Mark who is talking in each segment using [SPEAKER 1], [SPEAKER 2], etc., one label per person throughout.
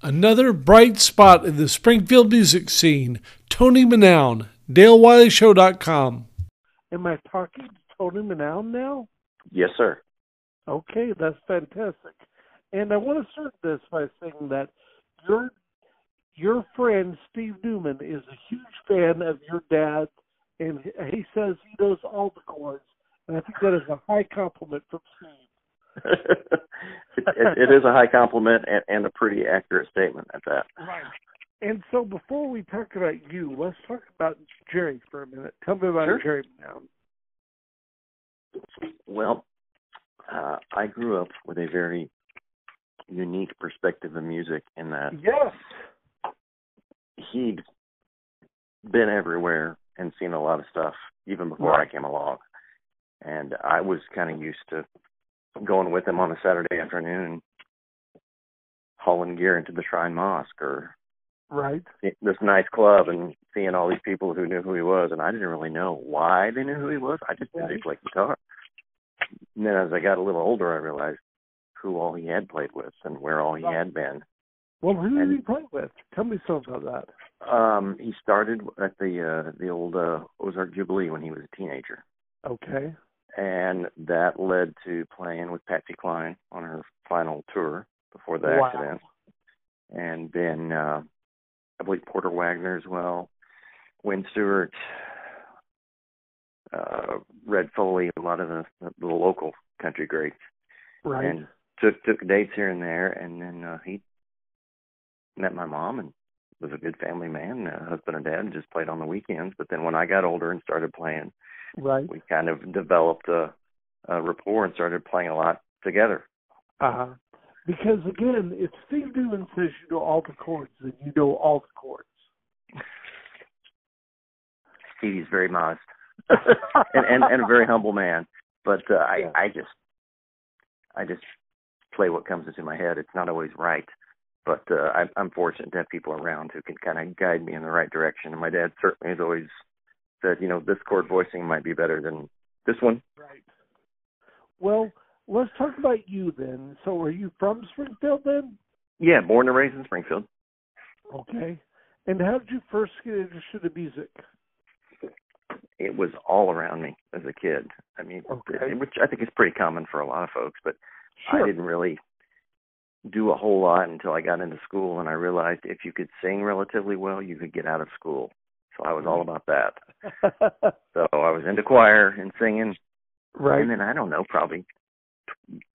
[SPEAKER 1] Another bright spot in the Springfield music scene, Tony Manown, DaleWileyShow.com.
[SPEAKER 2] Am I talking to Tony Manown now?
[SPEAKER 3] Yes, sir.
[SPEAKER 2] Okay, that's fantastic. And I want to start this by saying that your your friend Steve Newman is a huge fan of your dad, and he says he knows all the chords. And I think that is a high compliment from Steve.
[SPEAKER 3] it, it, it is a high compliment and, and a pretty accurate statement at that.
[SPEAKER 2] Right. And so before we talk about you, let's talk about Jerry for a minute. Tell me about
[SPEAKER 3] Sure.
[SPEAKER 2] Jerry now.
[SPEAKER 3] Well, uh, I grew up with a very unique perspective of music in that
[SPEAKER 2] Yes.
[SPEAKER 3] he'd been everywhere and seen a lot of stuff even before I came along. And I was kind of used to going with him on a Saturday afternoon and hauling gear into the Shrine Mosque or
[SPEAKER 2] Right.
[SPEAKER 3] this nice club and seeing all these people who knew who he was and I didn't really know why they knew who he was. I just knew he played guitar. And then as I got a little older I realized who all he had played with and where all he had been.
[SPEAKER 2] Well, who did
[SPEAKER 3] And-
[SPEAKER 2] he play with? Tell me something about that.
[SPEAKER 3] Um he started at the uh the old uh Ozark Jubilee when he was a teenager.
[SPEAKER 2] Okay.
[SPEAKER 3] And that led to playing with Patsy Cline on her final tour before the
[SPEAKER 2] Wow.
[SPEAKER 3] accident. And then uh I believe Porter Wagner as well, Wynn Stewart, uh Red Foley, a lot of the, the local country greats.
[SPEAKER 2] Right.
[SPEAKER 3] And took took dates here and there and then uh he met my mom and was a good family man, uh, husband and dad, and just played on the weekends. But then when I got older and started playing
[SPEAKER 2] right.
[SPEAKER 3] we kind of developed a, a rapport and started playing a lot together.
[SPEAKER 2] Uh-huh. Because again, if Steve Newman says you know all the chords, then you know all the chords.
[SPEAKER 3] Stevie's very modest and, and and a very humble man, but uh, I
[SPEAKER 2] Yeah.
[SPEAKER 3] I just I just play what comes into my head. It's not always right, but uh, I'm, I'm fortunate to have people around who can kind of guide me in the right direction. And my dad certainly has always said, you know, this chord voicing might be better than this one.
[SPEAKER 2] Right. Well, let's talk about you then. So, are you from Springfield then?
[SPEAKER 3] Yeah, born and raised in Springfield.
[SPEAKER 2] Okay. And how did you first get interested in music?
[SPEAKER 3] it was all around me as a kid. I mean,
[SPEAKER 2] Okay.
[SPEAKER 3] which I think is pretty common for a lot of folks, but
[SPEAKER 2] Sure.
[SPEAKER 3] I didn't really do a whole lot until I got into school and I realized if you could sing relatively well, you could get out of school. So I was all
[SPEAKER 2] Mm-hmm.
[SPEAKER 3] about that. So I was into choir and singing.
[SPEAKER 2] right.
[SPEAKER 3] And then I don't know, probably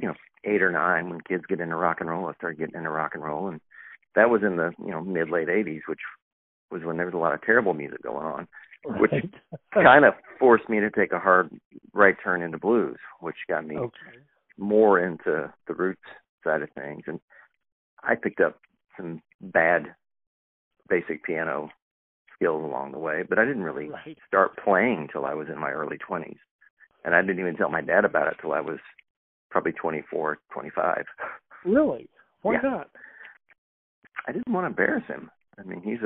[SPEAKER 3] you know, 8 or 9 when kids get into rock and roll, I started getting into rock and roll and that was in the, you know, mid late 80s, which was when there was a lot of terrible music going on which-
[SPEAKER 2] Right.
[SPEAKER 3] kind of forced me to take a hard right turn into blues, which got me
[SPEAKER 2] okay.
[SPEAKER 3] more into the roots side of things. And I picked up some bad basic piano skills along the way, but I didn't really
[SPEAKER 2] Right.
[SPEAKER 3] start playing till I was in my early 20s. And I didn't even tell my dad about it till I was probably 24, 25.
[SPEAKER 2] Really? Why
[SPEAKER 3] Yeah.
[SPEAKER 2] not?
[SPEAKER 3] I didn't want to embarrass him. I mean, he's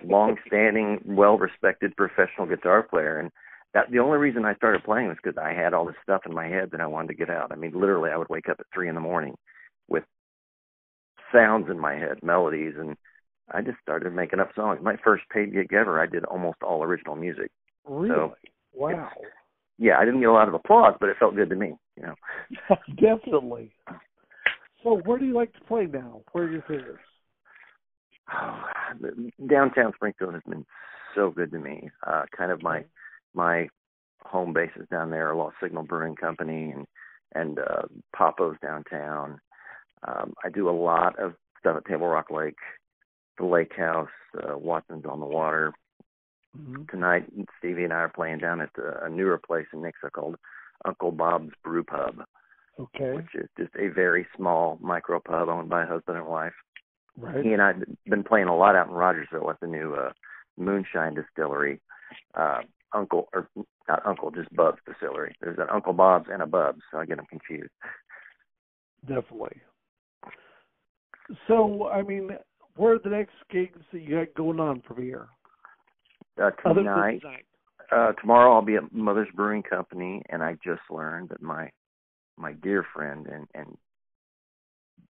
[SPEAKER 3] a long-standing, well-respected professional guitar player, and that the only reason I started playing was because I had all this stuff in my head that I wanted to get out. I mean, literally, I would wake up at three in the morning with sounds in my head, melodies, and I just started making up songs. My first paid gig ever, I did almost all original music.
[SPEAKER 2] really? wow.
[SPEAKER 3] Yeah, I didn't get a lot of applause, but it felt good to me. You know,
[SPEAKER 2] Definitely. So, where do you like to play now? Where are your favorites?
[SPEAKER 3] Oh, downtown Springfield has been so good to me. Uh, kind of my my home bases down there are Lost Signal Brewing Company and and uh, Papo's downtown. Um, I do a lot of stuff at Table Rock Lake, the Lake House, uh, Watson's on the Water.
[SPEAKER 2] Mhm.
[SPEAKER 3] Tonight, Stevie and I are playing down at uh, a newer place in Nixa called Uncle Bob's Brew Pub,
[SPEAKER 2] Okay.
[SPEAKER 3] which is just a very small micro pub owned by a husband and wife
[SPEAKER 2] Right.
[SPEAKER 3] he and I've been playing a lot out in Rogersville at the new uh, Moonshine Distillery. Uh, Uncle or not Uncle, just Bub's Distillery. There's an Uncle Bob's and a Bub's, so I get them confused.
[SPEAKER 2] Definitely. So, I mean, where are the next gigs that you got going on from here?
[SPEAKER 3] Uh,
[SPEAKER 2] Other than
[SPEAKER 3] tonight,
[SPEAKER 2] tonight.
[SPEAKER 3] uh, tomorrow I'll be at Mother's Brewing Company, and I just learned that my my dear friend and and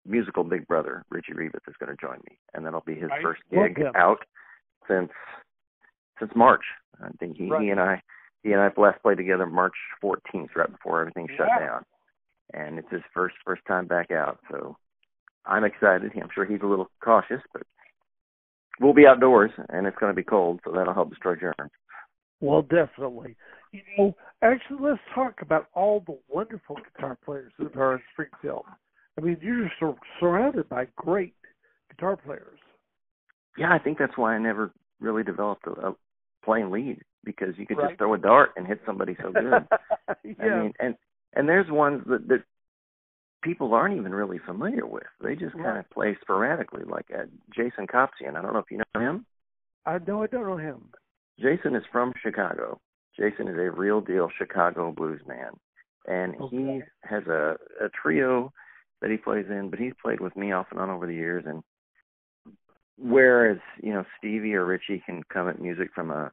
[SPEAKER 3] musical big brother Richie Revis is going to join me, and that'll be his
[SPEAKER 2] I
[SPEAKER 3] first
[SPEAKER 2] love
[SPEAKER 3] gig
[SPEAKER 2] him.
[SPEAKER 3] out since since March. I think he,
[SPEAKER 2] Right.
[SPEAKER 3] he and I he and I last played together March 14th, right before everything shut
[SPEAKER 2] Yeah.
[SPEAKER 3] down, and it's his first first time back out. So I'm excited. I'm sure he's a little cautious, but we'll be outdoors, and it's going to be cold, so that'll help destroy germs.
[SPEAKER 2] Well, definitely. You know, actually, let's talk about all the wonderful guitar players that are in Springfield. I mean, you're just sur- surrounded by great guitar players.
[SPEAKER 3] yeah, I think that's why I never really developed a, a plain lead because you could
[SPEAKER 2] Right.
[SPEAKER 3] just throw a dart and hit somebody so good.
[SPEAKER 2] yeah.
[SPEAKER 3] I mean, and and there's ones that that people aren't even really familiar with. They just kind
[SPEAKER 2] Right.
[SPEAKER 3] of play sporadically, like uh, Jason Kopsian. I don't know if you know him.
[SPEAKER 2] I know I don't know him.
[SPEAKER 3] Jason is from Chicago. Jason is a real deal Chicago blues man, and he
[SPEAKER 2] Okay.
[SPEAKER 3] has a a trio that he plays in. But he's played with me off and on over the years, and whereas you know Stevie or Richie can come at music from a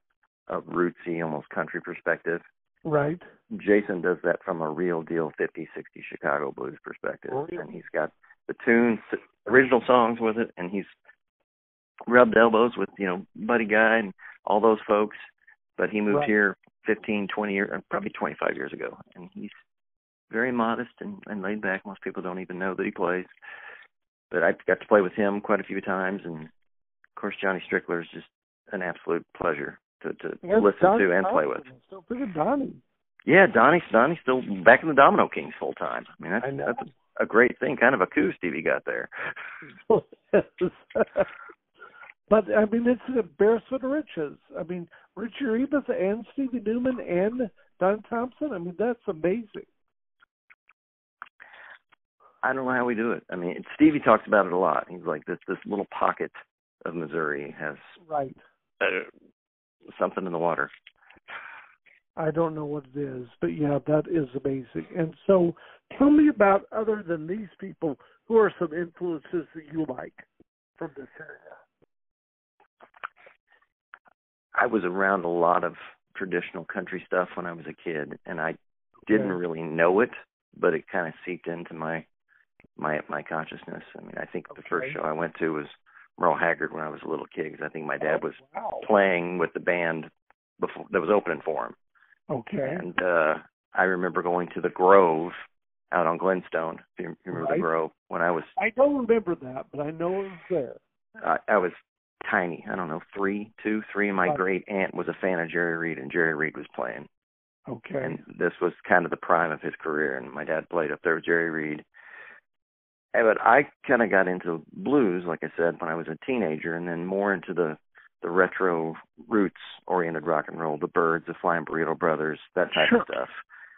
[SPEAKER 3] a rootsy, almost country perspective,
[SPEAKER 2] Right.
[SPEAKER 3] Jason does that from a real deal 50, 60 Chicago blues perspective,
[SPEAKER 2] Really?
[SPEAKER 3] and he's got the tunes, original songs with it, and he's rubbed elbows with you know Buddy Guy and all those folks. But he moved
[SPEAKER 2] Right.
[SPEAKER 3] here 15, 20 years, or uh, probably 25 years ago, and he's very modest and, and laid back. Most people don't even know that he plays. But I got to play with him quite a few times, and of course Johnny Strickler is just an absolute pleasure to to listen to and play with.
[SPEAKER 2] So freaking Donnie.
[SPEAKER 3] Yeah, Donnie Donnie's still back in the Domino Kings full time. I mean, that's,
[SPEAKER 2] I know.
[SPEAKER 3] that's a great thing, kind of a coup Stevie got there.
[SPEAKER 2] but I mean, it's an embarrassment of riches. I mean, Richie Rebus and Stevie Newman and Don Thompson. I mean, that's amazing.
[SPEAKER 3] I don't know how we do it. I mean, Stevie talks about it a lot. He's like this this little pocket of Missouri has
[SPEAKER 2] Right.
[SPEAKER 3] uh, something in the water.
[SPEAKER 2] I don't know what it is, but yeah, that is amazing. And so, tell me about other than these people, who are some influences that you like from this area?
[SPEAKER 3] I was around a lot of traditional country stuff when I was a kid, and I didn't
[SPEAKER 2] Okay.
[SPEAKER 3] really know it, but it kind of seeped into my my my consciousness. I mean, I think the first
[SPEAKER 2] Okay.
[SPEAKER 3] show I went to was Merle Haggard when I was a little kid. 'cause I think my
[SPEAKER 2] Oh.
[SPEAKER 3] dad was
[SPEAKER 2] Wow.
[SPEAKER 3] playing with the band before that was opening for him.
[SPEAKER 2] Okay.
[SPEAKER 3] And uh I remember going to the Grove out on Glenstone. If you remember
[SPEAKER 2] Right.
[SPEAKER 3] the Grove when I was
[SPEAKER 2] I don't remember that, but I know it was there.
[SPEAKER 3] I, I was tiny, I don't know, three, two, three, and my
[SPEAKER 2] Right.
[SPEAKER 3] great aunt was a fan of Jerry Reed and Jerry Reed was playing.
[SPEAKER 2] Okay.
[SPEAKER 3] And this was kind of the prime of his career and my dad played up there with Jerry Reed. And, but I kind of got into blues, like I said, when I was a teenager, and then more into the the retro roots oriented rock and roll, the Birds, the Flying Burrito Brothers, that type
[SPEAKER 2] Sure.
[SPEAKER 3] of stuff.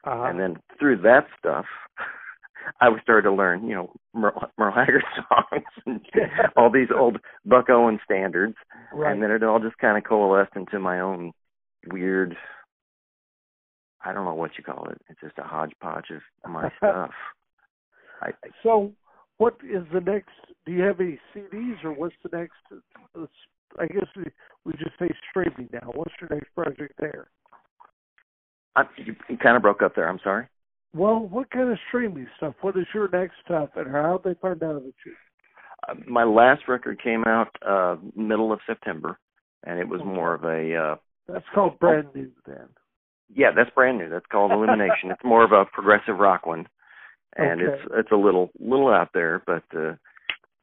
[SPEAKER 2] uh
[SPEAKER 3] And then through that stuff, I was started to learn, you know, Merle, Merle Haggard songs and all these old Buck Owen standards.
[SPEAKER 2] right.
[SPEAKER 3] And then it all just kind of coalesced into my own weird, I don't know what you call it. It's just a hodgepodge of my stuff. I, I
[SPEAKER 2] so, what is the next? Do you have any CDs or what's the next? uh, I guess we, we just say streaming now. What's your next project there?
[SPEAKER 3] I, you, you kind of broke up there. I'm sorry.
[SPEAKER 2] Well, what kind of streaming stuff? What is your next stuff, and how they find out about you?
[SPEAKER 3] Uh, my last record came out uh middle of September, and it was more of a uh
[SPEAKER 2] That's called brand new then.
[SPEAKER 3] Yeah, that's brand new. That's called Illumination. it's more of a progressive rock one, and
[SPEAKER 2] Okay.
[SPEAKER 3] it's it's a little little out there, but uh,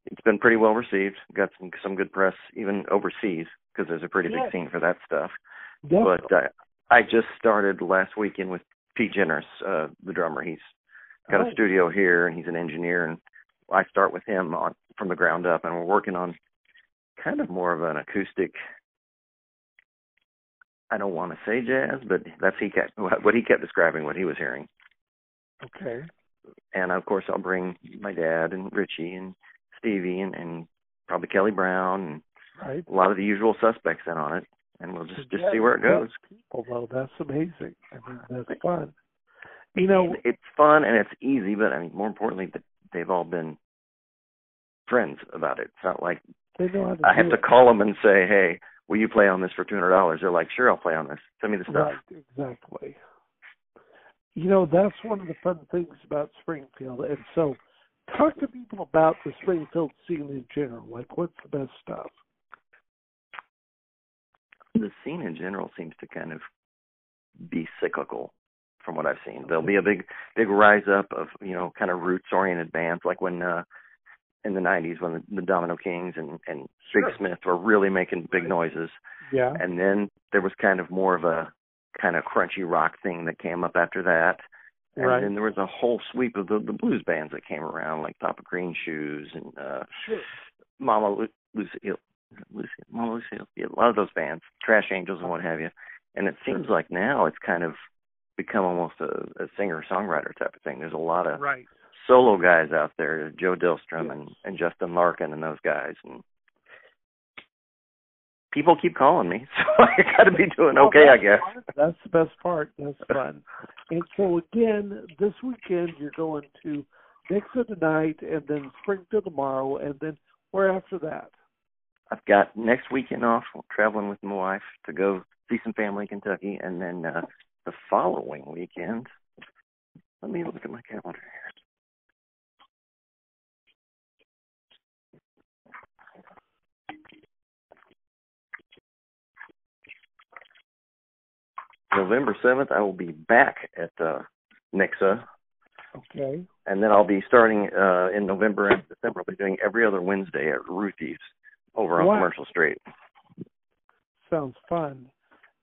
[SPEAKER 3] it's been pretty well received. Got some some good press even overseas because there's a pretty
[SPEAKER 2] Yeah.
[SPEAKER 3] big scene for that stuff.
[SPEAKER 2] Definitely.
[SPEAKER 3] But uh, I I just started last weekend with Pete Generous, uh, the drummer. He's got
[SPEAKER 2] Oh.
[SPEAKER 3] a studio here, and he's an engineer, and I start with him on from the ground up, and we're working on kind of more of an acoustic. I don't want to say jazz, but that's he kept what he kept describing what he was hearing,
[SPEAKER 2] Okay.
[SPEAKER 3] and of course I'll bring my dad and Richie and Stevie and, and probably Kelly Brown and
[SPEAKER 2] Right.
[SPEAKER 3] a lot of the usual suspects in on it, and we'll just just see where it goes.
[SPEAKER 2] Although that's amazing. I mean, that's fun. You know,
[SPEAKER 3] it's fun and it's easy, but I mean, more importantly, that they've all been friends about it. It's not like
[SPEAKER 2] they know how to.
[SPEAKER 3] I have
[SPEAKER 2] do
[SPEAKER 3] to
[SPEAKER 2] it.
[SPEAKER 3] call them and say, "Hey, will you play on this for two hundred dollars?" They're like, "Sure, I'll play on this. Send me the stuff."
[SPEAKER 2] Right, exactly. You know, that's one of the fun things about Springfield. And so talk to people about the Springfield scene in general. Like, what's the best stuff?
[SPEAKER 3] The scene in general seems to kind of be cyclical from what I've seen. There'll be a big, big rise up of, you know, kind of roots oriented bands like when, uh, in the 90s when the, the Domino Kings and, and Big
[SPEAKER 2] Sure.
[SPEAKER 3] Smith were really making big noises.
[SPEAKER 2] Yeah.
[SPEAKER 3] And then there was kind of more of a kind of crunchy rock thing that came up after that. And
[SPEAKER 2] Right.
[SPEAKER 3] then there was a whole sweep of the, the blues bands that came around, like Top of Green Shoes and uh
[SPEAKER 2] Sure.
[SPEAKER 3] Mama Lu- Lucy, Lucy, Mama Lucy, yeah, a lot of those bands, Trash Angels and what have you. And it seems like now it's kind of become almost a, a singer-songwriter type of thing. There's a lot of
[SPEAKER 2] Right.
[SPEAKER 3] solo guys out there, Joe Dillstrom
[SPEAKER 2] Yes.
[SPEAKER 3] and, and Justin Larkin and those guys and people keep calling me, so I gotta be doing okay, I guess.
[SPEAKER 2] That's the best part. That's fun. And so again, this weekend you're going to Nixon tonight, and then Springfield tomorrow, and then where after that?
[SPEAKER 3] I've got next weekend off traveling with my wife to go see some family in Kentucky and then uh the following weekend let me look at my calendar here. November 7th, I will be back at uh, Nixa,
[SPEAKER 2] Okay.
[SPEAKER 3] and then I'll be starting uh, in November and December. I'll be doing every other Wednesday at Ruthie's over on
[SPEAKER 2] Wow.
[SPEAKER 3] Commercial Street.
[SPEAKER 2] Sounds fun.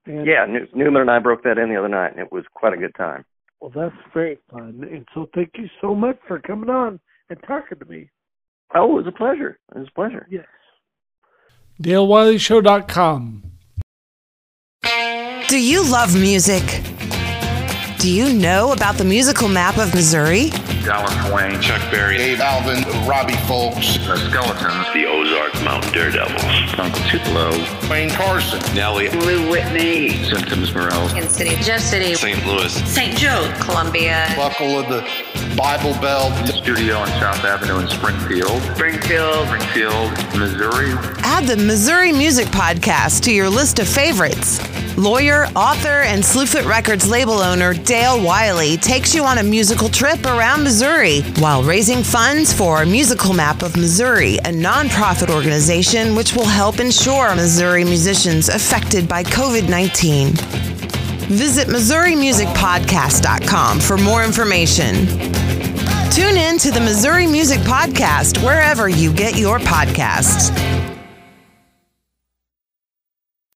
[SPEAKER 2] And
[SPEAKER 3] Yeah, New- Newman and I broke that in the other night, and it was quite a good time.
[SPEAKER 2] Well, that's very fun. And so thank you so much for coming on and talking to me.
[SPEAKER 3] Oh, it was a pleasure. It was a pleasure.
[SPEAKER 2] Yes.
[SPEAKER 1] DaleWileyShow.com.
[SPEAKER 4] Do you love music? Do you know about the musical map of Missouri?
[SPEAKER 5] Dallas Wayne,
[SPEAKER 6] Chuck Berry,
[SPEAKER 5] Dave
[SPEAKER 6] Alvin, Robbie Folks,
[SPEAKER 5] the Skeletons,
[SPEAKER 7] the Ozark Mountain Daredevils.
[SPEAKER 5] Uncle Tupelo,
[SPEAKER 6] Wayne Carson,
[SPEAKER 7] Nellie,
[SPEAKER 8] Lou Whitney,
[SPEAKER 5] Symptoms Morel,
[SPEAKER 8] Kansas City, Jeff City,
[SPEAKER 7] St. Louis,
[SPEAKER 8] St. Joe, Columbia,
[SPEAKER 6] Buckle of the Bible Belt,
[SPEAKER 5] Studio on South Avenue in Springfield,
[SPEAKER 8] Springfield.
[SPEAKER 5] Springfield, Missouri.
[SPEAKER 4] Add the Missouri Music Podcast to your list of favorites. Lawyer, author, and Slewfoot Records label owner Dale Wiley takes you on a musical trip around Missouri while raising funds for Musical Map of Missouri, a nonprofit organization which will help ensure Missouri musicians affected by COVID 19. Visit MissouriMusicPodcast.com for more information. Tune in to the Missouri Music Podcast wherever you get your podcasts.